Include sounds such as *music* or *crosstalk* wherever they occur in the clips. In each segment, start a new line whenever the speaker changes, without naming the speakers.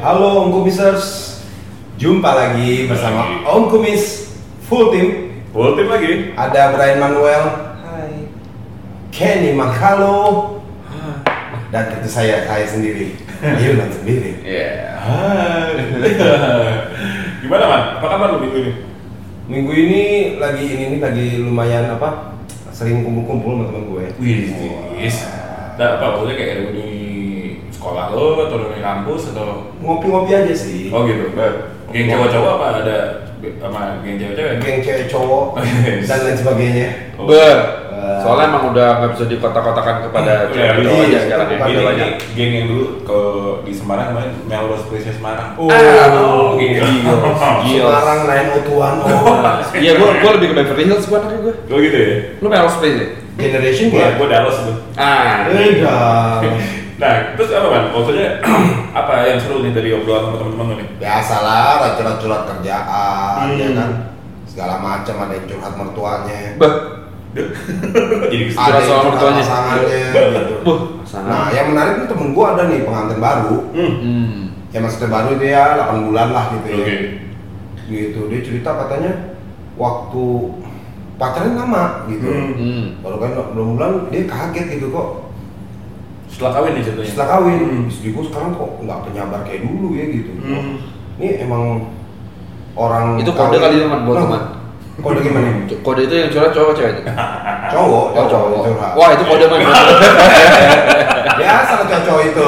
Halo Om Kumisers, jumpa lagi bersama Om Kumis Full Team.
Full tim lagi.
Ada Brian Manuel,
Hai.
Kenny Makalo, dan tentu saya saya sendiri, Hilman sendiri.
Iya. Gimana man? Apa kabar lu minggu ini?
Minggu ini lagi ini nih lagi lumayan apa? Sering kumpul-kumpul sama temen gue.
Wis. Dan apa maksudnya kayak lu di sekolah lo atau di kampus atau
Ngopi-ngopi aja sih.
oh gitu. Geng cowok-cowok apa ada be- sama geng cewek-cewek?
Geng cewek cowok
Yes.
dan lain sebagainya.
Oh.
Be, soalnya emang udah nggak bisa dikotak-kotakan kepada
Udah,
cewek
iya,
doang
iya,
aja sekarang ya.
bukan
Gini,
Udah
gini,
banyak.
geng yang dulu ke di Semarang kemarin Melrose Place Semarang.
Oh,
Ah, gini. *laughs*
Semarang 901 oh.
Iya, gua gua lebih ke Beverly Hills gua anaknya gua.
Lo gitu ya?
Lu Melrose Place ya?
Generation
Gue
ya?
gue Dallas tuh.
Ah,
Beda.
Nah, terus apa man? Maksudnya *clears throat* apa yang seru nih dari obrolan sama teman-teman lo nih?
Biasalah, curhat-curhat kerjaan,
Hmm.
ya kan? Segala macam ada yang curhat mertuanya.
be,
Jadi
Ah.
kesini.
Ada yang
soal
curhat
mertuanya.
pasangannya, gitu.
buh,
Nah,
sana.
yang menarik nih temen gua ada nih pengantin baru.
Hmm.
Hmm.
Ya maksudnya baru itu ya 8 bulan lah gitu ya.
Oke.
Gitu dia cerita katanya waktu pacaran lama gitu.
Hmm.
Hmm.
Baru kan belum bulan dia kaget gitu kok
Setelah kawin nih ceritanya.
setelah kawin
Hmm.
istri gua sekarang kok nggak penyabar kayak dulu ya gitu.
Hmm.
Ini emang orang
Itu kode
kawin-
kali teman buat
Nah,
teman.
Kode gimana?
Co- Kode itu yang curhat cowok cewek.
Cowok,
Oh, cowok.
curhat.
Wah, itu kode man. *laughs*
biasa lah cowok itu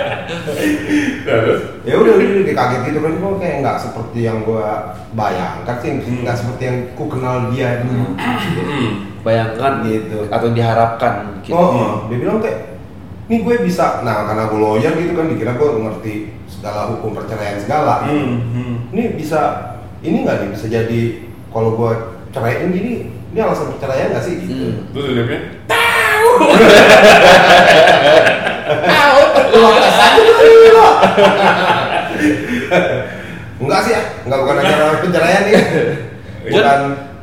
Nah, terus?
ya udah udah udah kaget gitu kan kok kayak nggak seperti yang gua bayangkan sih
Hmm.
nggak seperti yang ku kenal dia dulu
Hmm. Bayangkan
Gitu.
atau diharapkan gitu.
oh oh. dia bilang kayak ini gue bisa nah karena gue lawyer gitu kan dikira gue ngerti segala hukum perceraian segala
Hmm. Hmm.
ini bisa ini nggak nih bisa jadi kalau gue ceraiin gini ini alasan perceraian nggak sih gitu
Hmm.
Terus liatnya?
*laughs*
enggak sih ya enggak bukan acara
*laughs*
perceraian nih bukan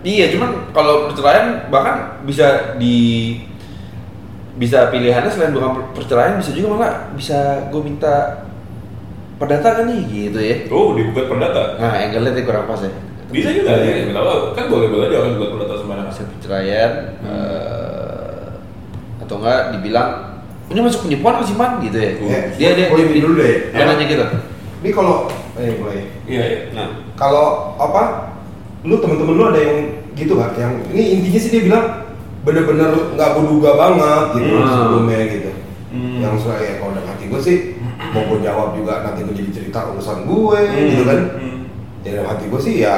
Iya, cuman kalau perceraian bahkan bisa di bisa pilihannya selain bukan per- perceraian bisa juga malah bisa gue minta perdata kan nih gitu ya.
Oh, digugat perdata.
Nah, angle-nya tadi kurang pas ya.
Bisa juga ya, nggak tahu. Kan boleh-boleh aja orang gugat perdata sembarangan.
Bisa perceraian eh, atau enggak dibilang ini masuk penipuan apa sih man gitu ya.
Iya.
Dia dia
Oh,
dia,
ini dulu deh.
dia nanya gitu.
ini kalau eh boleh
Iya, iya. Nah.
kalau apa lu temen-temen lu ada yang gitu kan yang ini intinya sih dia bilang bener-bener nggak berduga banget gitu
Hmm.
sebelumnya gitu
Hmm.
yang soal ya kalau udah hati gue sih mau gue jawab juga nanti gue jadi cerita urusan gue gitu kan
Hmm.
jadi dalam hati gue sih ya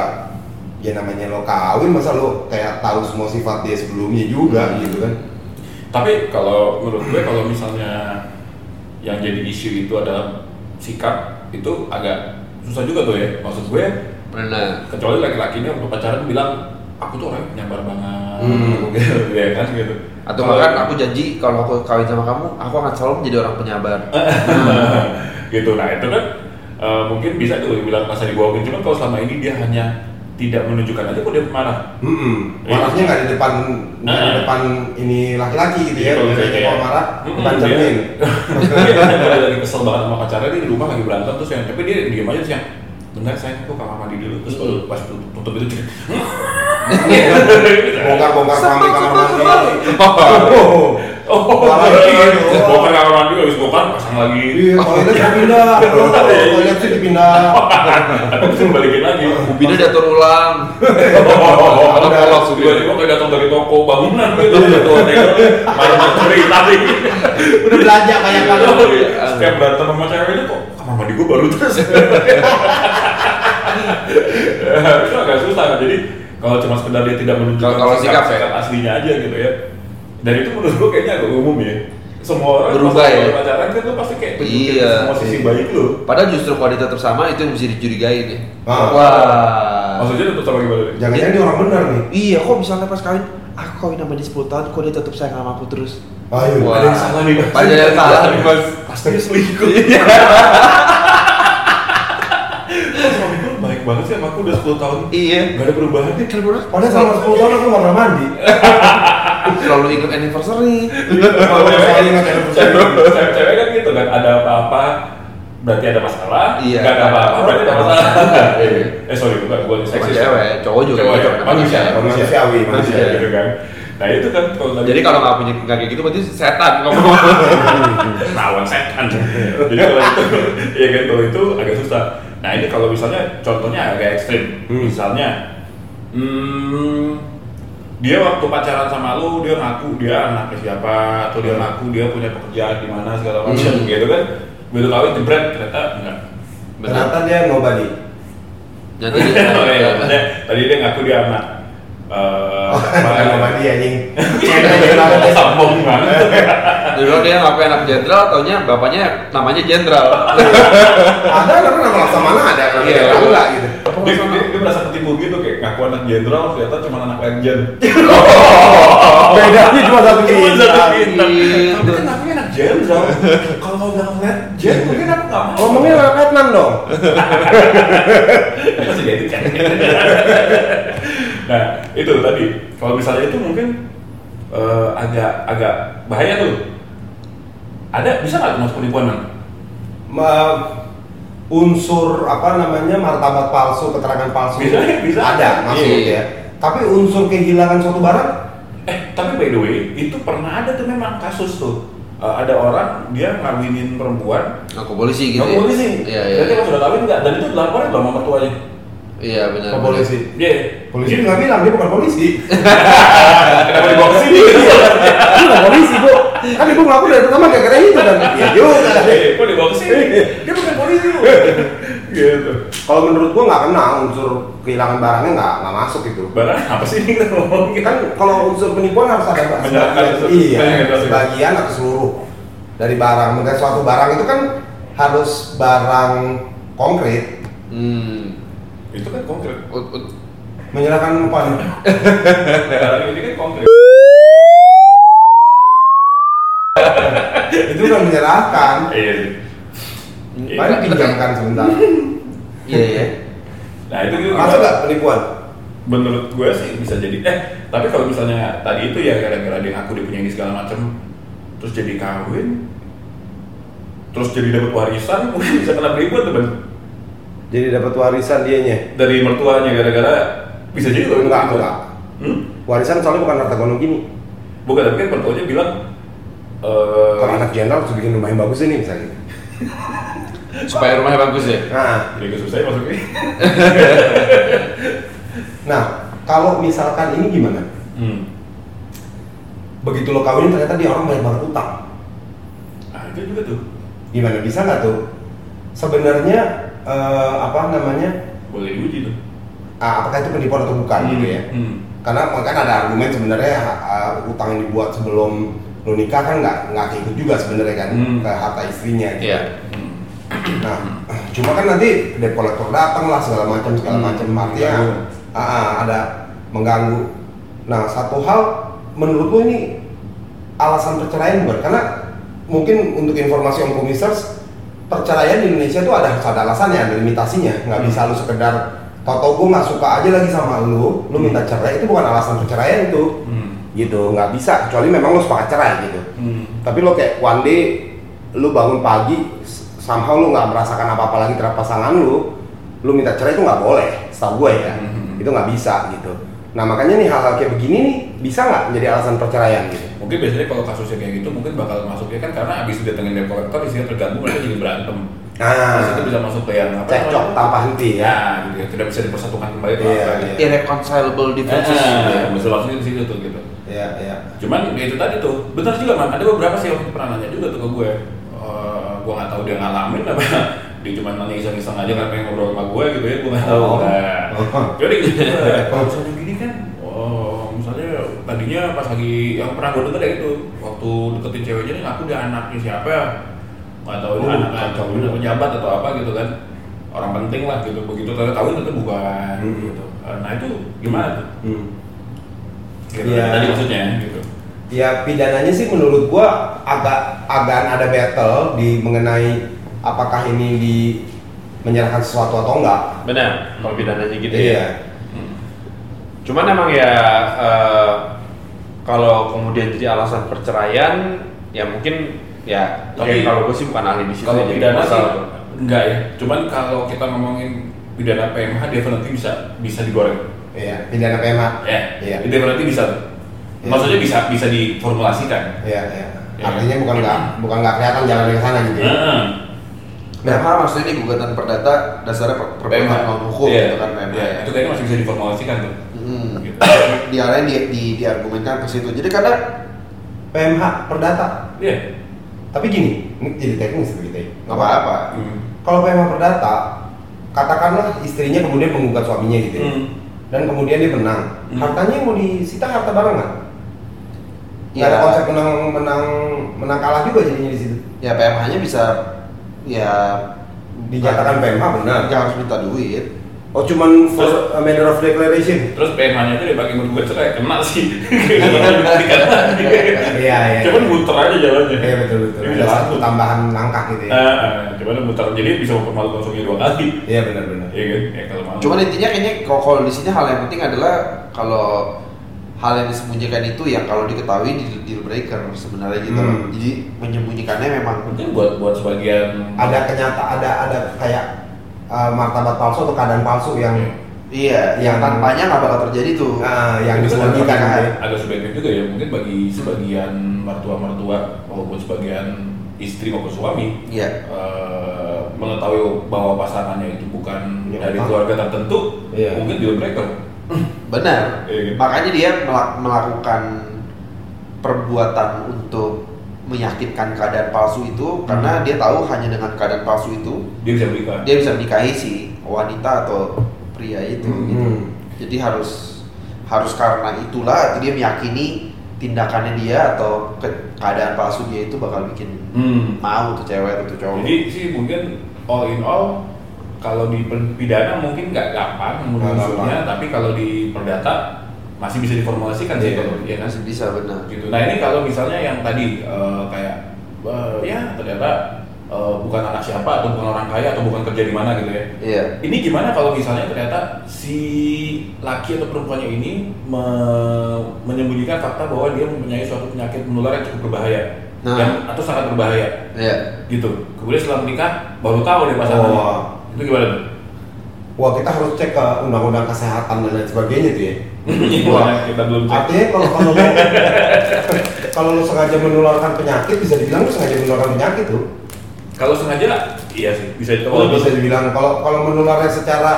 ya namanya lo kawin masa lo kayak tahu semua sifat dia sebelumnya juga
Hmm.
gitu kan
Tapi kalau menurut gue kalau misalnya yang jadi isu itu adalah sikap itu agak susah juga tuh ya. Maksud gue
Benar.
kecuali laki-lakinya waktu pacaran bilang aku tuh orangnya penyabar banget
Hmm.
gitu *laughs* ya kan gitu.
Atau
Kalau-
bahkan aku janji kalau aku kawin sama kamu, aku akan selalu menjadi orang penyabar.
gitu nah itu kan eh, mungkin bisa tuh bilang masa dibohongin cuman kalau selama ini dia hanya tidak menunjukkan aja kok dia marah
Mm-mm.
Iya.
Marahnya nggak di depan nggak di
Nah.
depan ini laki-laki gitu ya.
Iya, kalau
Kalau
kayak-
mau marah,
Mm-mm,
depan
iya.
cermin.
dia lagi lagi kesel banget sama pacarnya dia di rumah lagi berantem terus yang tapi dia diem aja terus yang bentar sayang aku kamar mandi dulu terus baru pas tutup itu cek
Bongkar-bongkar kami kamar mandi. Oh.
oh
Parah gitu.
bongkar kamar mandi habis bongkar pasang lagi
Iya, toilet dipindah. Oh, Toilet sih dipindah.
tapi terus balikin lagi
Bina diatur ulang.
Oh,
Ada polos gitu.
tiba-tiba kayak datang dari toko bangunan gitu, gitu, banyak cerita nih.
Udah belanja banyak kali.
Oh, iya. Setiap berantem sama ceweknya kok kamar mandi gue baru terus. Itu agak susah kan? Jadi kalau cuma sekedar dia tidak menunjukkan
Kalau- kalau sikap, ya?
aslinya aja gitu ya. Dan itu menurut gue kayaknya agak umum ya. Semua orang
Berubah
pas
ya?
lagi pacaran kan lu pasti kayak tunjukin
Iya.
semua sisi baik lu.
Padahal justru kalau dia tetap sama itu yang mesti dicurigain ya.
Ah.
Wah.
Maksudnya tetap sama gimana nih?
Jangan-jangan dia orang benar nih.
Iya, kok misalnya pas kawin, aku kawin sama dia 10 tahun, kok dia tetap sayang sama aku terus.
Ayo,
Wah.
ada yang salah nih. Mas.
Padahal yang salah nih, Mas.
Pasti selingkuh.
Iya.
Suami gue baik banget sih sama aku. aku udah 10 tahun
Iya.
Gak ada perubahan ya? nih
Terus
Padahal selama 10 tahun aku nggak pernah mandi.
selalu ingat
*laughs*
anniversary.
Kalau
Cewek-
saya ingat yang percaya.
cewek- Cewek kan gitu kan, ada apa-apa berarti ada masalah,
Iya.
nggak ada apa-apa berarti ada masalah. Iya. eh sorry bukan, bukan
Sama
seksis.
cewek, cowok juga
Cowok,
gitu.
ya. manusia,
Manusiawi,
manusia
manusia.
gitu kan. Nah itu kan kalau tadi-
Jadi kalau nggak punya nggak kayak gitu berarti setan
*laughs*
kamu.
lawan setan *laughs* jadi kalau itu ya kan kalau itu agak susah nah ini kalau misalnya contohnya agak ekstrim
Hmm.
misalnya hmm, dia waktu pacaran sama lu dia ngaku dia anaknya siapa atau dia ngaku dia punya pekerjaan di mana segala macam
Hmm.
gitu kan begitu kawin jebret ternyata enggak
Ternyata dia nobody.
Jadi
*laughs* Oh, iya, maksudnya tadi dia ngaku dia anak
*laughs*
eh,
Ah,
Bukan
apa-
nobody anjing. Cewek dia bilang,
sombong banget
dia bilang dia ngapain anak jenderal, taunya bapaknya namanya jenderal.
*laughs*
Ada kan nggak merasa mana ada kan?
Iya.
Nggak ada gitu.
dia, dia, dia merasa ketipu gitu kayak ngaku anak jenderal ternyata cuma anak *laughs* legend
Bedanya cuma satu
Cuma satu
keinginan.
bintang.
Iya.
Tapi kan aku anak jenderal. Kalau bilang legend mungkin aku nggak mau.
Ngomongnya nggak Vietnam dong.
*laughs* masih jadi kan. *laughs* Nah itu tadi kalau misalnya itu mungkin eh, agak agak bahaya tuh. Ada bisa nggak masuk penipuan Bang?
Ma- unsur apa namanya martabat palsu, keterangan palsu
Bisa, bisa.
ada masuk
Iya.
ya. Tapi unsur kehilangan suatu barang
Eh tapi by the way itu pernah ada tuh memang kasus tuh. Eh, ada orang dia ngawinin perempuan,
Aku polisi gitu.
gitu
ya?
polisi.
Iya iya.
Berarti kalau sudah kawin nggak? Dan itu dilaporin belum sama mertuanya?
Iya benar.
ke
benar.
polisi.
Iya.
Polisi
Iya.
nggak bilang dia bukan polisi.
Kenapa dibawa ke
Iya,
sini? Iya,
Dia bukan polisi bu. Kan ibu ngaku dari pertama gak kira itu dan ya juga.
iya.
Eh, kok dibawa ke sini? Dia bukan polisi lu.
iya.
gitu.
Kalau menurut gua nggak kena unsur kehilangan barangnya nggak nggak masuk itu.
Barang apa sih ini kita ngomong?
kan kalau unsur penipuan harus ada
Banyak,
sebagian,
harus-
iya,
banyak, harus.
sebagian atau seluruh dari barang. Mungkin suatu barang itu kan harus barang konkret.
Hmm.
Itu kan konkret.
Ut- ut-
Menyerahkan umpan.
Barang ini kan konkret.
Iya,
itu bukan menyerahkan.
Iya. sih. Iya.
Mari pinjamkan sebentar.
Iya iya.
Nah, itu gitu.
Masuk nggak penipuan?
Menurut gue sih bisa jadi eh tapi kalau misalnya tadi itu ya gara-gara dia aku dipunyai segala macam terus jadi kawin terus jadi dapat warisan mungkin bisa kena ribuan tuh Ben.
Jadi dapat warisan dianya.
dari mertuanya gara-gara bisa jadi loh
Enggak,
gitu.
enggak.
Hmm?
Warisan soalnya bukan harta gono gini.
bukan tapi kan mertuanya bilang eh
Kalau anak jenderal harus bikin rumah yang bagus ini misalnya.
Supaya rumahnya bagus ya.
Nah,
jadi susah masuknya
nah kalau misalkan ini gimana?
Hmm.
Begitu lo kawin ternyata dia orang banyak banget utang.
Ah, itu juga tuh.
gimana bisa nggak tuh sebenarnya eh, apa namanya
Boleh diuji tuh.
ah, apakah itu penipuan atau bukan gitu ya
Hmm.
karena kan ada argumen sebenarnya ah, utang yang dibuat sebelum lo nikah kan nggak nggak ikut juga sebenarnya kan
Hmm.
ke harta istrinya gitu.
Iya.
Hmm.
nah cuma kan nanti debt collector datang lah segala macam segala
Hmm.
macam artinya
Mengganggu.
ah, ah, ada mengganggu nah satu hal menurut lo ini alasan perceraian bukan karena mungkin untuk informasi om komisaris perceraian di Indonesia itu ada harus ada alasannya ada limitasinya nggak
Hmm.
bisa lu sekedar toto gue nggak suka aja lagi sama lu lu
Hmm.
minta cerai itu bukan alasan perceraian itu
Hmm.
gitu nggak bisa kecuali memang lo sepakat cerai gitu
Hmm.
tapi lo kayak one day lu bangun pagi s- somehow lu nggak merasakan apa-apa lagi terhadap pasangan lu lu minta cerai itu nggak boleh setahu gue ya
Mm-hmm.
Mhm.
itu nggak bisa gitu nah makanya nih hal-hal kayak begini nih bisa nggak menjadi alasan perceraian gitu
Mungkin biasanya kalau kasusnya kayak gitu mungkin bakal masuknya kan karena abis datengin debt collector isinya terganggu mereka jadi berantem. Terus itu
nah
bisa masuk ke yang apa?
cekcok
namanya?
tanpa henti
Ya,
ya
gitu ya. Tidak bisa dipersatukan kembali atau
Iya,
apa
iya.
gitu.
Irreconcilable differences. gitu ya.
Nah, bisa langsung di situ tuh gitu.
ya ya
Cuman ya itu tadi tuh, benar juga man. Ada beberapa sih yang pernah nanya juga tuh ke gue. Eh, gue nggak tahu dia ngalamin apa. *laughs* dia cuma nanya iseng-iseng aja kan pengen ngobrol sama gue gitu ya. Gue nggak tahu.
Oh.
Nah,
Oh.
jadi
*laughs*
gitu. Kalau misalnya gini kan, oh, misalnya tadinya pas lagi yang pernah gue denger ya itu waktu deketin ceweknya nih aku dia anaknya siapa ya? nggak tahu dia
Oh,
anak
kacau
atau dia pejabat atau apa gitu kan orang penting lah gitu begitu ternyata tahu itu bukan
Hmm.
gitu Eh, nah itu gimana tuh
hmm.
gitu
Iya.
tadi maksudnya gitu
ya pidananya sih menurut gua agak agak ada battle di mengenai apakah ini di menyerahkan sesuatu atau enggak
Ah, benar kalau pidananya gitu ya
iya
cuman emang ya eh, kalau kemudian jadi alasan perceraian ya mungkin ya
Tapi-
Iya.
ya kalau gue sih bukan ahli di situ
Kalau
jadi
pidana sih
masalah.
enggak ya. Cuman kalau kita ngomongin pidana PMH definitely bisa bisa digoreng.
iya pidana PMH
Ya,
Iya.
definitely bisa.
Iya.
Maksudnya bisa bisa diformulasikan.
iya iya
Iya.
artinya bukan nggak bukan nggak kelihatan jalan ke sana gitu ya
Heeh.
PMH Nah, maksudnya ini gugatan perdata dasarnya per- perbaikan non hukum
Iya.
gitu kan PMH
Iya,
ya.
Itu kayaknya masih bisa diformulasikan tuh.
Hmm.
Gitu.
Diarahnya di, di, diargumenkan ke situ. Jadi kadang
PMH perdata
Iya.
tapi gini ini jadi teknis begitu ya
nggak apa-apa.
Hmm.
kalau PMH perdata katakanlah istrinya kemudian menggugat suaminya gitu ya
Hmm.
dan kemudian dia menang
Hmm.
hartanya yang mau disita harta barang nggak nggak ada
Ya.
konsep menang menang menang kalah juga jadinya di situ
Ya PMH-nya bisa ya
Dinyatakan PMH benar.
Nggak harus minta duit.
oh cuman for a matter of declaration
Terus PMH-nya itu dipakai buat gue cerai, kena sih. Dibuktikan lagi.
iya iya
Cuman muter aja jalannya.
iya betul betul
Ini
ada
udah
satu
satu.
tambahan langkah gitu
Eh,
ya
eh, cuman muter jadi bisa mempermalukan suaminya dua kali.
iya benar benar
Iya kan? Ya kalau mau.
Cuman intinya kayaknya kalau- kalau di sini hal yang penting adalah kalau hal yang disembunyikan itu yang kalau diketahui di deal breaker sebenarnya gitu. loh.
Hmm.
Jadi menyembunyikannya memang
mungkin buat buat sebagian
ada kenyata ada ada kayak uh, martabat palsu atau keadaan palsu yang
iya yang
Yang-
tanpanya nggak bakal terjadi tuh.
uh, yang
Itu kan
disembunyikan gitu ya.
agak- agak sebaiknya juga ya mungkin bagi sebagian mertua-mertua maupun sebagian istri maupun suami
Iya.
eh, mengetahui bahwa pasangannya itu bukan
Ya,
dari
memang.
keluarga tertentu
Iya.
mungkin deal breaker
Benar.
Iya kan?
Makanya dia melak- melakukan perbuatan untuk meyakinkan keadaan palsu
Hmm.
itu karena dia tahu hanya dengan keadaan palsu itu
dia bisa berikan
dia bisa menikahi si wanita atau pria itu gitu.
Hmm.
Jadi harus harus karena itulah dia meyakini tindakannya dia atau ke- keadaan palsu dia itu bakal bikin
Hmm.
mau tuh cewek atau tuh cowok.
jadi sih mungkin all in all kalau di pen- pidana mungkin nggak gampang
Nggak
menurutnya tapi kalau di perdata masih bisa diformulasikan sih
Iya.
kalau ya kan
Masih bisa benar.
gitu. Nah ini kalau misalnya yang tadi eh, kayak eh, ya ternyata eh, bukan anak siapa atau bukan orang kaya atau bukan kerja di mana gitu ya.
Iya.
Ini gimana kalau misalnya ternyata si laki atau perempuannya ini me- menyembunyikan fakta bahwa dia mempunyai suatu penyakit menular yang cukup berbahaya
Nah.
dan atau sangat berbahaya
Iya.
gitu. Kemudian setelah menikah baru tahu deh pasangannya.
Oh.
Itu gimana? tuh?
wah kita harus cek ke undang-undang kesehatan dan lain sebagainya tuh ya
*laughs* Gimana? kita belum cek.
artinya kalau kalau lu *laughs* kalau lu sengaja menularkan penyakit bisa dibilang lu sengaja menularkan penyakit tuh
Kalau sengaja iya sih bisa
Ya, Kalau
ditolak.
Oh, bisa dibilang kalau kalau menularnya secara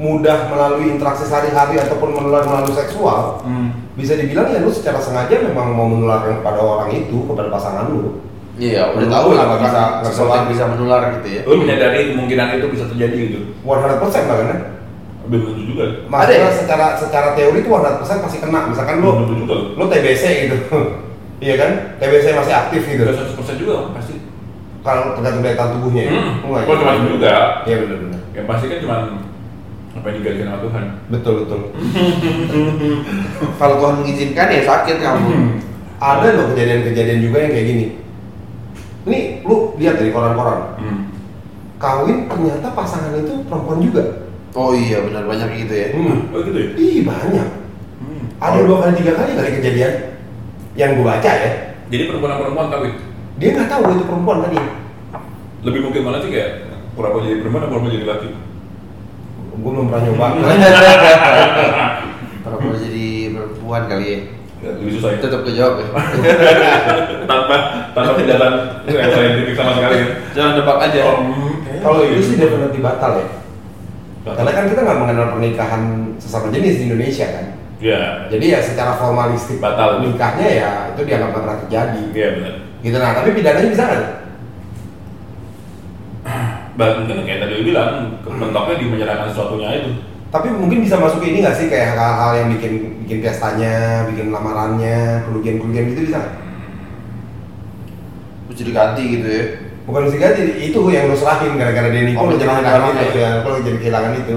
mudah melalui interaksi sehari-hari ataupun menular melalui seksual,
Hmm.
bisa dibilang ya lu secara sengaja memang mau menularkan kepada orang itu, kepada pasangan lu.
Iya, udah
Menurut
tahu
gua
lah
nggak
bakal
bisa- nggak
sesuatu yang
bisa.
bisa menular gitu ya.
Lu menyadari kemungkinan itu bisa terjadi gitu.
100% bahkan ya.
Belum tentu juga.
Maksudnya
Ada ya?
secara secara teori itu 100% pasti kena. Misalkan Kan lu
Belum tentu juga.
lu TBC gitu. *laughs* iya kan? TBC masih aktif gitu.
Gak 100% juga pasti.
Kalau tergantung daya tahan tubuhnya ya.
Hmm.
Enggak
Gua cuma juga.
Iya benar-benar.
Yang pasti kan cuma apa yang digajikan sama Tuhan.
Betul betul.
Kalau Tuhan mengizinkan ya sakit kamu.
Hmm. Ada loh kejadian-kejadian juga yang kayak gini. Nih, lu lihat dari koran-koran.
Hmm.
kawin ternyata pasangan itu perempuan juga.
Oh iya benar banyak gitu *laughs* ya.
Hmm.
Oh gitu ya.
Ih banyak.
Hmm.
Ada dua kali tiga kali kali kejadian yang gue baca ya.
Jadi perempuan-perempuan kawin
Dia nggak tahu itu perempuan tadi.
lebih mungkin mana sih kayak pura-pura jadi perempuan atau pura-pura jadi laki?
Gue belum pernah nyoba.
Hmm.
Perempuan jadi perempuan kali ya.
Ya, lebih susah ya.
Tetap kejawab ya.
*laughs* tanpa tanpa penjelasan yang saintifik sama sekali. ya.
jangan nebak aja
Oh, hmm.
Kalau itu sih definitely batal ya.
Batal.
Karena kan kita nggak mengenal pernikahan sesama jenis di Indonesia kan.
Ya.
Jadi ya secara formalistik
Batal.
nikahnya ya itu dianggap nggak pernah terjadi.
Iya benar.
Gitu nah tapi pidananya bisa nggak?
Bah, mungkin kayak tadi lu bilang bentuknya di menyerahkan sesuatunya itu.
Tapi mungkin bisa masuk ini nggak sih kayak hal-hal yang bikin bikin pestanya, bikin lamarannya, kerugian-kerugian gitu bisa nggak?
Mesti diganti gitu ya.
bukan mesti ganti itu yang lu serahin gara-gara dia nikah
Oh,
lu jadi
Iya.
menyerahkan
kehilangan
orangnya.
itu ya lu jadi kehilangan itu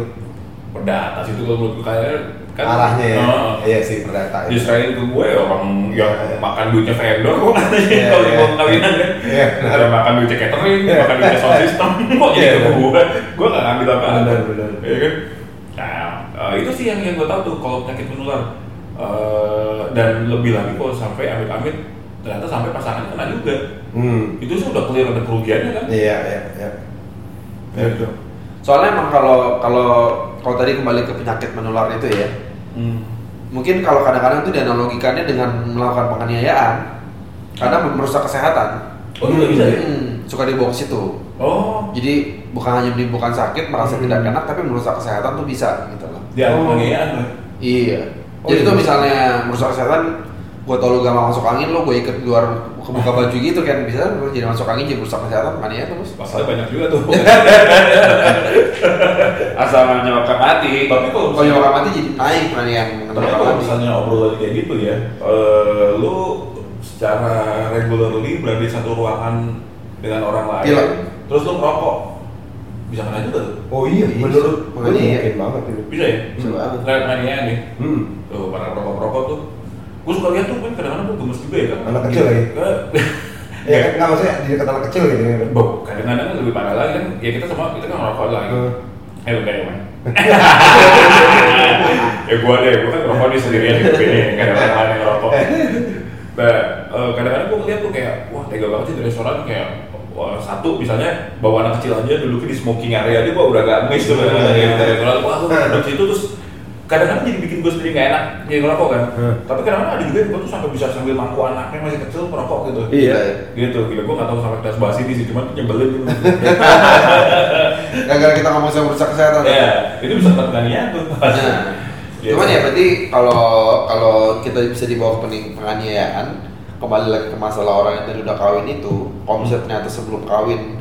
Perdata sih itu kalau menurut gue kayaknya Kan-
arahnya ya
Oh.
iya sih perdata ya.
diserahin ke gue orang yang makan duitnya vendor kok
Iya,
katanya *laughs* kalau di
iya.
bawah kawinan kan
Iya, benar.
Ada makan duitnya catering,
Iya.
makan duitnya sound
*laughs*
system kok jadi
Iya,
ke gue gue gak ngambil apa-apa
Benar, benar.
Iya kan? Nah, eh, itu sih yang yang gue tahu tuh kalau penyakit menular Eh, dan lebih lagi kalau sampai amit-amit ternyata sampai pasangannya kena juga
hmm
itu sih udah clear ada kerugiannya kan
iya iya iya
Betul.
Soalnya emang kalau kalau kalau tadi kembali ke penyakit menular itu ya,
hmm.
mungkin kalau kadang-kadang itu dianalogikannya dengan melakukan penganiayaan karena merusak kesehatan.
oh itu bisa ya
Hmm, suka dibawa ke situ.
oh
Jadi bukan hanya menimbulkan sakit, merasa
Hmm.
tidak enak, tapi merusak kesehatan tuh bisa gitu loh.
dia
Oh.
penganiayaan lah
Iya.
Oh,
Jadi
iya.
tuh misalnya merusak kesehatan, gua tau lu gak mau masuk angin, lu gua ikut keluar kebuka baju gitu kan bisa lu jadi masuk angin jadi merusak kesehatan kan ya terus.
masalahnya banyak juga
*laughs*
tuh
asal menyebabkan mati
tapi kalau
Kalau yang orang mati jadi naik kan yang
Tapi kalau misalnya obrolan kayak gitu ya, eh, lu secara regularly berada di satu ruangan dengan orang lain,
Iya.
Gila.
terus lu ngerokok, bisa kena juga tuh.
oh iya
Iya,
menurut gue
makanya iya.
mungkin banget itu
Bisa ya?
Bisa banget.
Kayak mania nih,
hmm
ya, tuh para perokok-perokok tuh. Gue suka lihat tuh, kan kadang-kadang gue gemes juga ya kan.
Anak kecil lagi.
Eh,
ya
Iya.
kan nggak maksudnya di dekat anak kecil gitu ya
*laughs* Bo, kadang-kadang lebih parah lagi kan, ya kita semua kita kan ngerokok lagi.
Hmm.
Eh, lu kayak
*laughs*
mana? ya gua deh, gua kan ngerokok di sendirian di sini, nggak ada orang lain yang ngerokok.
Eh.
Nah, eh, kadang-kadang gua ngeliat tuh kayak, wah tega banget sih di restoran kayak wah, satu misalnya bawa anak kecil aja duduknya di smoking area aja gua udah gak ngemis tuh kan
Iya, iya.
Di restoran wah lu duduk situ terus kadang-kadang jadi bikin gue sendiri gak enak jadi ngerokok kan
Hmm.
tapi kadang-kadang ada juga yang gua tuh sampai bisa sambil mangku anaknya masih kecil merokok gitu
Iya.
gitu gila gue gak tau sampai kelas bahas ini sih cuman nyebelin
*laughs*
Gara-gara kita ngomong soal merusak kesehatan.
ya itu bisa pertanian tuh pasti
Iya. Nah,
Iya.
cuman ya berarti kalau kalau kita bisa dibawa ke pening- penganiayaan kembali lagi ke masalah orang yang tadi udah kawin itu kalau misalnya ternyata sebelum kawin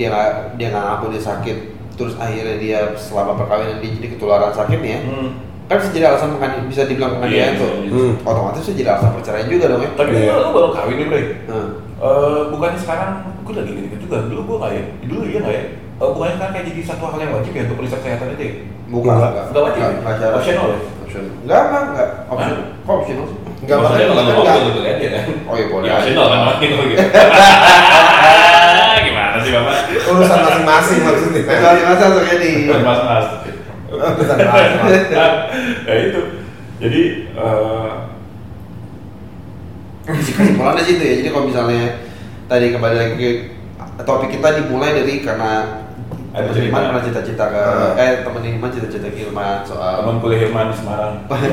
dia nggak dia nggak ngaku dia sakit terus akhirnya dia selama perkawinan dia jadi ketularan sakitnya
Hmm.
kan bisa jadi alasan penganiayaan bisa dibilang penganiayaan
Iya,
tuh
iya, iya.
Hmm.
otomatis bisa jadi alasan perceraian juga dong ya
tapi
Iya.
lu baru kawin nih bre
Hmm.
Eh, bukannya sekarang gue lagi gini juga dulu gue nggak ya dulu iya nggak ya Eh, bukannya sekarang kayak jadi satu hal yang wajib ya untuk periksa kesehatan aja ya?
bukan
Nggak.
nggak
Nggak wajib ya?
nggak syarat.
Optional ya?
Optional. nggak nggak nggak optional kok optional sih?
nggak
Maksudnya
makanya
kalau
makanya
mau
nggak
gitu aja kan
oh iya boleh
ya
aja.
optional kan makin
*laughs*
gitu gimana sih bapak
urusan masing-masing maksudnya kan?
Nggak ada masalah tuh, kayaknya di-
mas mas
urusan masing-masing
ya itu jadi eh,
Isi kesimpulannya sih itu ya jadi kalau misalnya tadi kembali lagi ke topik kita dimulai dari karena
Ada
teman Hilman
cerita.
pernah cita-cita ke
Hmm.
eh teman Hilman cita-cita ke Hilman soal
Abang kuliah Hilman di Semarang.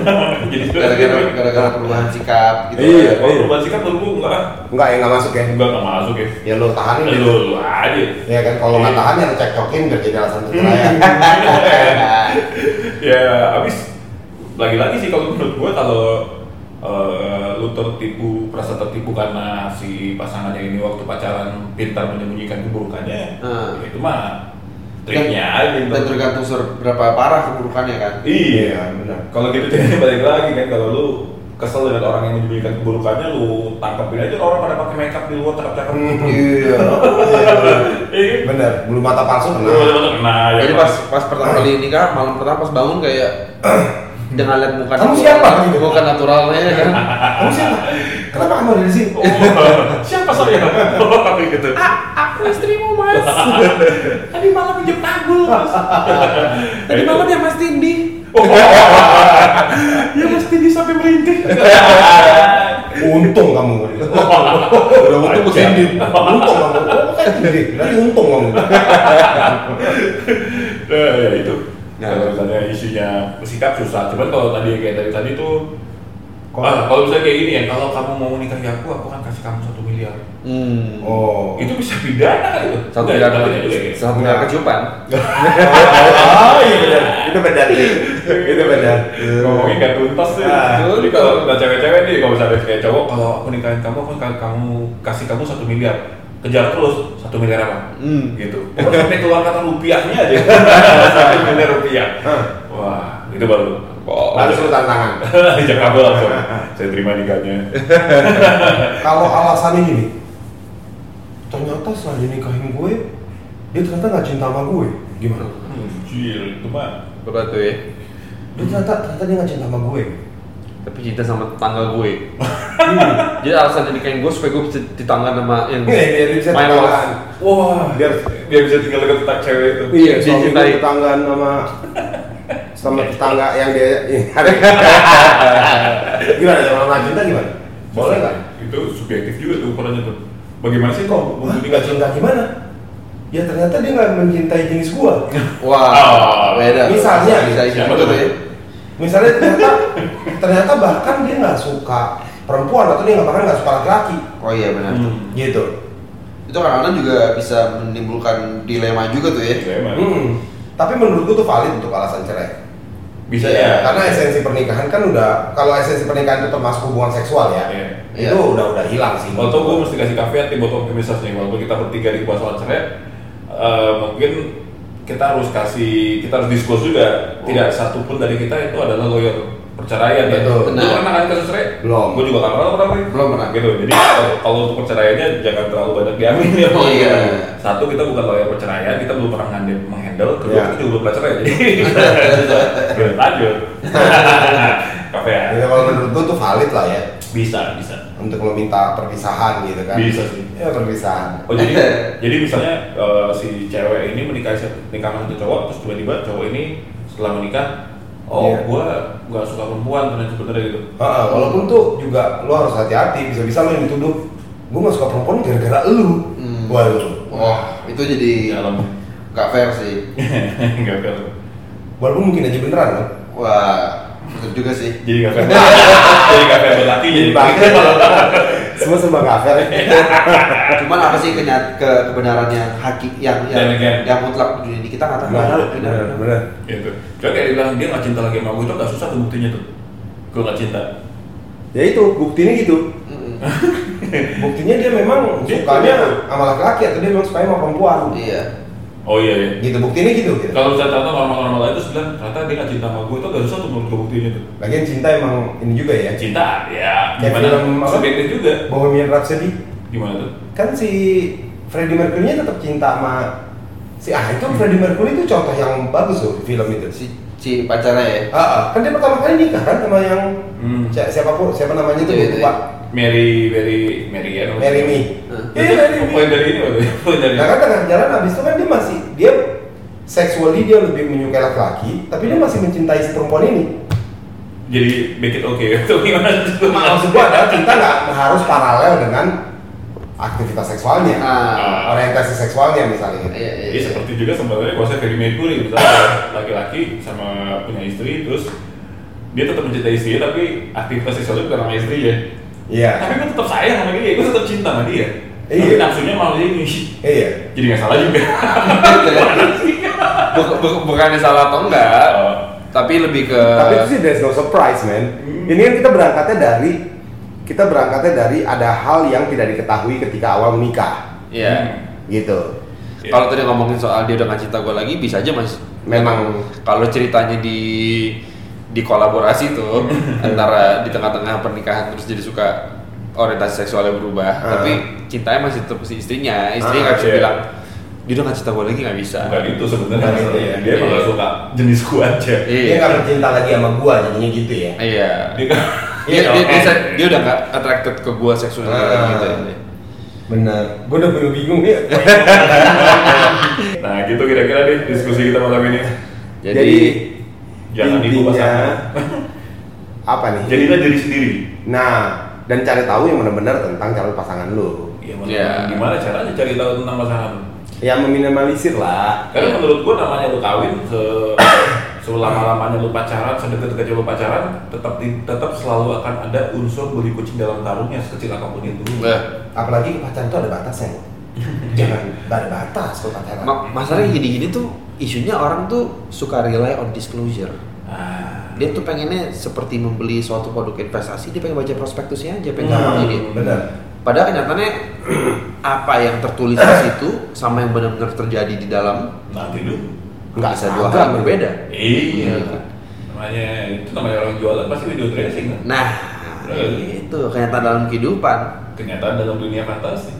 *laughs* Jadi *laughs*
gara-gara gitu. gara-gara perubahan sikap gitu
Iya.
Kalau kan perubahan sikap lu gua enggak.
nggak ya nggak masuk ya
Enggak enggak masuk ya.
ya lo tahanin
Lu
gitu
lu aja.
ya kan kalau nggak
Iya.
tahan ya lo cekcokin biar jadi alasan perceraian
*laughs* Ya habis lagi-lagi sih kalau menurut gua kalau eh, lu tertipu merasa tertipu karena si pasangannya ini waktu pacaran pintar menyembunyikan keburukannya ya
Hmm.
itu mah triknya aja gitu.
dan tergantung seberapa parah keburukannya kan
iya
iya benar
kalau gitu jadi *laughs* balik lagi kan kalau lu kesel dengan orang yang menyembunyikan keburukannya lu tangkapin aja orang pada pakai makeup di luar cakep-cakep
iya
Iya.
benar bulu mata palsu
Nah,
kena
nah, ya,
jadi
Pak.
pas pas pertama kali nikah malam pertama pas bangun kayak *clears throat* dengan lihat muka
Kamu
natural-
siapa? Gitu.
muka naturalnya kan
kamu siapa kenapa kamu ada di sini
Oh, siapa saya? *laughs* gitu.
aku istrimu mas tadi malam pinjam tabul mas tadi malam ya mas Tindi
Oh.
*laughs* ya mas Tindi sampai merintih
*laughs* Eh,
untung kamu *laughs* udah untung ke sini untung kamu Oh, kan sendiri berarti untung kamu
Nah, ya itu.
Nah.
Kalau misalnya isunya sikap susah, cuman kalau tadi kayak tadi tadi tuh
Kalau-
ah, kalau misalnya kayak gini ya, kalau kamu mau nikahi aku, aku akan kasih kamu satu miliar.
hmm.
oh Iya,
Itu bisa pidana kali itu.
satu
Nggak,
miliar
tapi juga ya.
satu miliar kecupan
*laughs* oh iya benar itu benar itu benar
Ngomongin gak tuntas sih.
Ah,
Jadi
betul.
kalau udah cewek-cewek nih, kalau misalnya kayak cowok, kalau aku nikahin kamu, aku akan kamu kasih kamu satu miliar. Kejar terus satu miliar apa?
hmm.
gitu Pokoknya sampai keluar kata rupiahnya aja *laughs* satu miliar rupiah
Hah.
wah itu baru
harus lu tantangan
*laughs* Ajak kabel langsung saya terima nikahnya
kalau alasannya gini ternyata setelah dia nikahin gue dia ternyata nggak cinta sama gue gimana
Anjir, itu mah
berat tuh ya
Dia ternyata ternyata dia nggak cinta sama gue
tapi cinta sama tetangga gue jadi alasan nikahin gue supaya gue bisa ditangga sama yang
Iya, biar dia bisa
my love
tetanggaan.
Wah,
biar
biar bisa tinggal dekat tetap cewek itu.
Iya,
suami gue
dicintai.
tetanggaan sama sama tetangga yang dia gimana sama orang cinta gimana boleh nggak
Itu subjektif juga tuh ukurannya tuh. Bagaimana sih kok
Wah,
membuktikan
nggak cinta gimana ya ternyata dia nggak mencintai jenis gua
Wah,
Ah,
beda.
misalnya.
bisa
Siapa
siapa tuh
tuh?
ya?
misalnya ternyata ternyata bahkan dia nggak suka perempuan atau dia nggak bahkan nggak suka laki-laki
Oh iya benar.
Hmm.
gitu
Itu kadang-kadang juga bisa menimbulkan dilema juga tuh ya.
Dilema.
Hmm. tapi menurut gua tuh valid untuk alasan cerai
Bisa
Iya,
ya.
Karena esensi pernikahan kan udah kalau esensi pernikahan itu termasuk hubungan seksual ya. Itu
Iya.
Iya.
udah udah hilang sih.
Waktu gue mesti kasih kafein tim buat optimisasi nih. Waktu kita bertiga di soal cerai, eh, mungkin kita harus kasih, kita harus diskus juga. Tidak satu pun dari kita itu adalah lawyer perceraian. ya.
Betul.
Lu
Benar.
pernah kan kasus cerai?
Belum.
Gue juga nggak pernah pernah. Pri.
Belum pernah.
Gitu. Jadi kalau- kalau untuk perceraiannya jangan terlalu banyak diambil ya. Pri.
Iya.
Satu kita bukan lawyer perceraian, kita belum pernah ngandel menghandle. Kedua
Iya.
kita juga belum pernah cerai. Jadi *laughs* Gitu, lanjut. Kafein
Ya, kalau menurut gua tuh valid lah ya
bisa bisa.
untuk lo minta perpisahan gitu kan.
Bisa sih.
Ya perpisahan.
Oh jadi
*laughs*
jadi misalnya eh, si cewek ini menikah nikah sama satu cowok terus tiba-tiba cowok ini setelah menikah oh
Iya.
gua nggak suka perempuan ternyata sebenarnya gitu.
Heeh, walaupun tuh juga lo harus hati-hati bisa-bisa lo yang dituduh gue gak suka perempuan gara-gara lu
Hmm.
wah lu
Wah, itu jadi
Di dalam
nggak fair sih.
*laughs* nggak fair.
walaupun mungkin aja beneran kan. lo
Wah, betul juga sih.
Jadi nggak
*laughs*
fair. jadi nggak fair berarti jadi gitu.
Bangke. *laughs* semua serba gak fair
Cuman apa sih kenyat ke kebenaran yang haki yang yang,
Dan again.
yang mutlak di dunia ini kita nggak tahu.
bener
Benar.
bener bener
Gitu. Cuma kayak dia bilang dia nggak cinta lagi sama gua itu nggak susah tuh buktinya tuh. Gua nggak cinta.
ya itu buktinya gitu
Mm-mm.
buktinya dia memang
Dia-
sukanya sama laki-laki atau dia memang sukanya sama perempuan
Iya.
Oh iya. iya.
gitu buktinya gitu gitu
Kalau misalnya contoh normal-normal lain terus bilang ternyata dia nggak cinta sama gua itu nggak susah tuh menurut gua buktinya tuh.
lagian cinta emang ini juga ya
Cinta ya
Kayak film
gimana?
apa?
Subjektif juga.
Bohemian Rhapsody
Gimana tuh?
kan si Freddie Mercury nya tetap cinta sama si ah itu Freddie Mercury itu contoh yang bagus loh di film itu
Si si pacarnya ya.
Ah, ah. kan dia pertama kali nikah kan sama yang
Hmm.
si- siapa pun siapa namanya tuh
Iya,
gue lupa
Mary, Mary, Mary ya namanya.
Mary Me
Hmm.
iya Mary Me
Poin dari ini waktu itu, *laughs* poin dari
nah kan tengah jalan abis itu kan dia masih dia seksualnya dia lebih menyukai laki-laki tapi dia masih mencintai si perempuan ini
jadi make it okay *laughs* itu gimana tuh?
maksud gua
*laughs*
adalah cinta nggak harus paralel dengan aktivitas seksualnya
Ah.
orientasi seksualnya misalnya
Iya, iya.
Jadi seperti juga sebenarnya kalau saya Freddie Mercury misalnya laki-laki sama punya istri terus dia tetap mencintai istri tapi aktivitas seksualnya bukan sama istri ya.
iya
Tapi gue tetap sayang sama dia, gue tetap cinta sama dia. Tapi
Iya.
nafsunya malah ini.
iya
Jadi nggak salah
*laughs*
juga.
Gitu ya.
*laughs*
Buk- buk- bukannya salah atau enggak
Oh.
tapi lebih ke
Tapi itu sih there's no surprise man.
Hmm.
Ini kan kita berangkatnya dari kita berangkatnya dari ada hal yang tidak diketahui ketika awal menikah,
Iya.
Hmm.
gitu.
Iya.
Kalau tadi ngomongin soal dia udah nggak cinta gue lagi, bisa aja mas.
Memang.
Kalau ceritanya di di kolaborasi
*laughs*
tuh antara di tengah-tengah pernikahan terus jadi suka orientasi seksualnya berubah,
Ah.
tapi cintanya masih tetap si istrinya. Istrinya
Ah,
nggak bisa
iya.
bilang dia udah nggak cinta gue lagi nggak bisa.
Bukan itu sebenarnya.
Bukan itu ya.
Dia emang nggak suka jenis gue aja.
Dia
Iya.
nggak mencinta lagi sama gua jadinya gitu ya.
Iya.
Dia kan.
Dia, Iya, dia, dia,
*laughs*
dia udah nggak attracted ke gue seksualnya
Iya Eh. Ah.
gitu.
Bener. Gua udah bingung-bingung ya.
Nah gitu kira-kira deh diskusi kita malam ini.
Jadi,
Jangan ibu
intinya
pasangan.
apa nih?
Jadilah diri sendiri.
Nah, dan cari tahu yang benar-benar tentang calon pasangan lu.
Ya,
Iya.
Gimana caranya cari tahu tentang pasangan? lu?
Ya meminimalisir lah.
Karena menurut gua namanya lu kawin se *coughs* selama-lamanya lu pacaran, sedekat-dekatnya lu pacaran, tetap di- tetap selalu akan ada unsur beli kucing dalam karungnya sekecil apapun itu.
Iya.
Nah,
Apalagi pacaran itu ada batasnya. Jangan nggak ada batas kalau pacaran.
Ma- masalahnya gini-gini tuh isunya orang tuh suka rely on disclosure.
Ah,
Dia tuh pengennya seperti membeli suatu produk investasi, dia pengen baca prospektusnya aja, pengen
Nah,
gampang jadi.
bener.
Padahal kenyataannya *clears throat* apa yang tertulis di situ sama yang benar-benar terjadi di dalam
nanti dulu.
nggak bisa dua
Agak.
hal yang berbeda.
Iya.
Iya.
Namanya itu namanya orang jualan pasti video dressing kan.
Nah, itu kenyataan dalam kehidupan.
Kenyataan dalam dunia fantasi.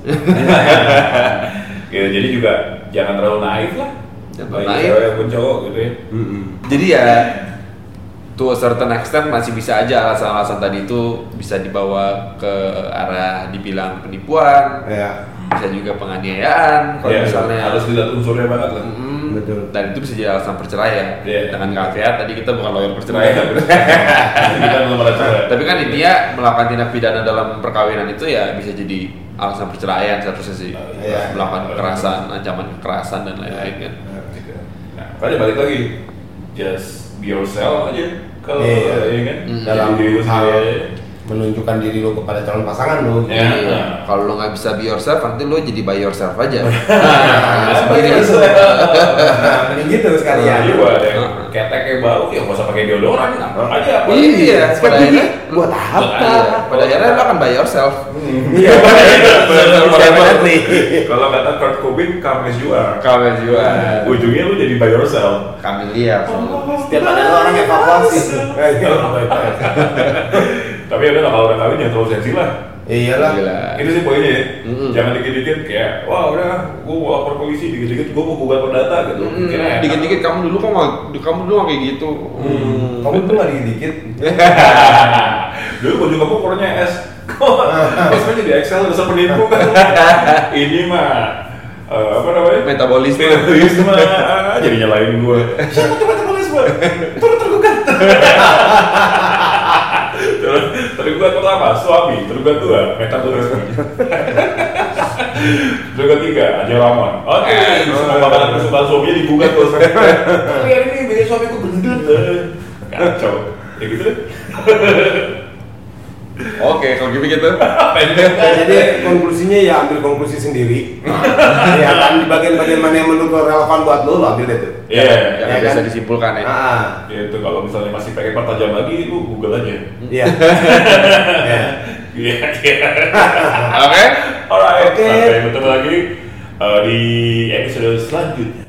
gitu, jadi juga jangan terlalu naif lah.
Jangan
Baik
naif.
cewek pun cowok gitu ya.
Mm-mm.
Jadi ya to a certain extent masih bisa aja alasan-alasan tadi itu bisa dibawa ke arah dibilang penipuan,
ya
bisa juga penganiayaan kalau
Ya,
misalnya
harus dilihat unsurnya banget lah.
Mm,
Betul.
Dan itu bisa jadi alasan perceraian.
Iya.
Dengan Kak Fiat tadi kita bukan lawyer perceraian.
Kita belum ada cara.
Iya. *laughs* Tapi kan intinya melakukan tindak pidana dalam perkawinan itu ya bisa jadi alasan perceraian satu sisi.
Iya.
Melakukan kekerasan, ancaman kekerasan dan lain-lain kan.
Iya, Nah, makanya balik lagi, just be yourself aja. Kalau
Iya, iya.
ya kan,
Mm.
dalam
Jadi diri lu
hal
sendiri aja.
menunjukkan diri lo kepada calon pasangan lo
Iya.
Iya. Kalau lo nggak bisa be yourself, nanti lo jadi by yourself aja. Nah, iya.
Jadi
Sendiri.
gitu. Nah, *laughs* mending gitu sekalian.
Iya, ada yang ketek kayak bau, ya nggak usah pakai deodoran, nambang aja apa.
Ah. Iya.
Sikat
Pada
gigi
akhirnya,
buat
Apa?
apa?
Pada akhirnya lo akan by yourself.
Iya,
Definitely. Kalau kata Kurt Cobain, come as you are.
Kalian juga.
Ujungnya lu jadi by yourself.
Kami lihat.
Setiap ada orang evakuasi.
*laughs* Tapi ya udah lah, kalau udah kawin jangan terlalu sensi lah.
Iyalah.
Gila.
Itu sih poinnya ya.
Mm-mm.
Jangan dikit-dikit kayak, wah udah, gua mau lapor polisi, dikit-dikit gua mau gugat perdata gitu.
Mm,
Kira enak.
Dikit-dikit kamu dulu kok mau- kamu dulu nggak kayak gitu. Hmm.
Kamu tuh nggak dikit.
*laughs* Iya. Dulu baju kamu ukurannya S. *laughs* Kok S kan jadi Excel, dosa penipu
*laughs*
kan. Ini mah eh, apa namanya?
Metabolisme.
Metabolisme. Ah, jadi nyalain gua. Siapa tuh metabolisme? Turut tergugat. Terus- tergugat pertama suami, tergugat dua metabolisme. tergugat tiga aja Ramon. Oke, semua bakalan kesukaan suaminya digugat terus. Kalian eh. ini bikin suamiku gendut. Kacau. Ya gitu deh.
Oke, kalau gitu gitu.
Nah, jadi konklusinya ya ambil konklusi
*laughs*
sendiri. ya kan di bagian-bagian mana yang menurut lo relevan buat lo, lo ambil deh tuh.
Iya.
Ya,
Ya
bisa
kan?
disimpulkan ya.
Ah,
Ya itu kalau misalnya masih pengen pertajam lagi, lu google aja.
*laughs* iya. Ya.
Iya, iya.
Oke.
Alright,
Oke.
sampai bertemu lagi uh, di eh, episode selanjutnya.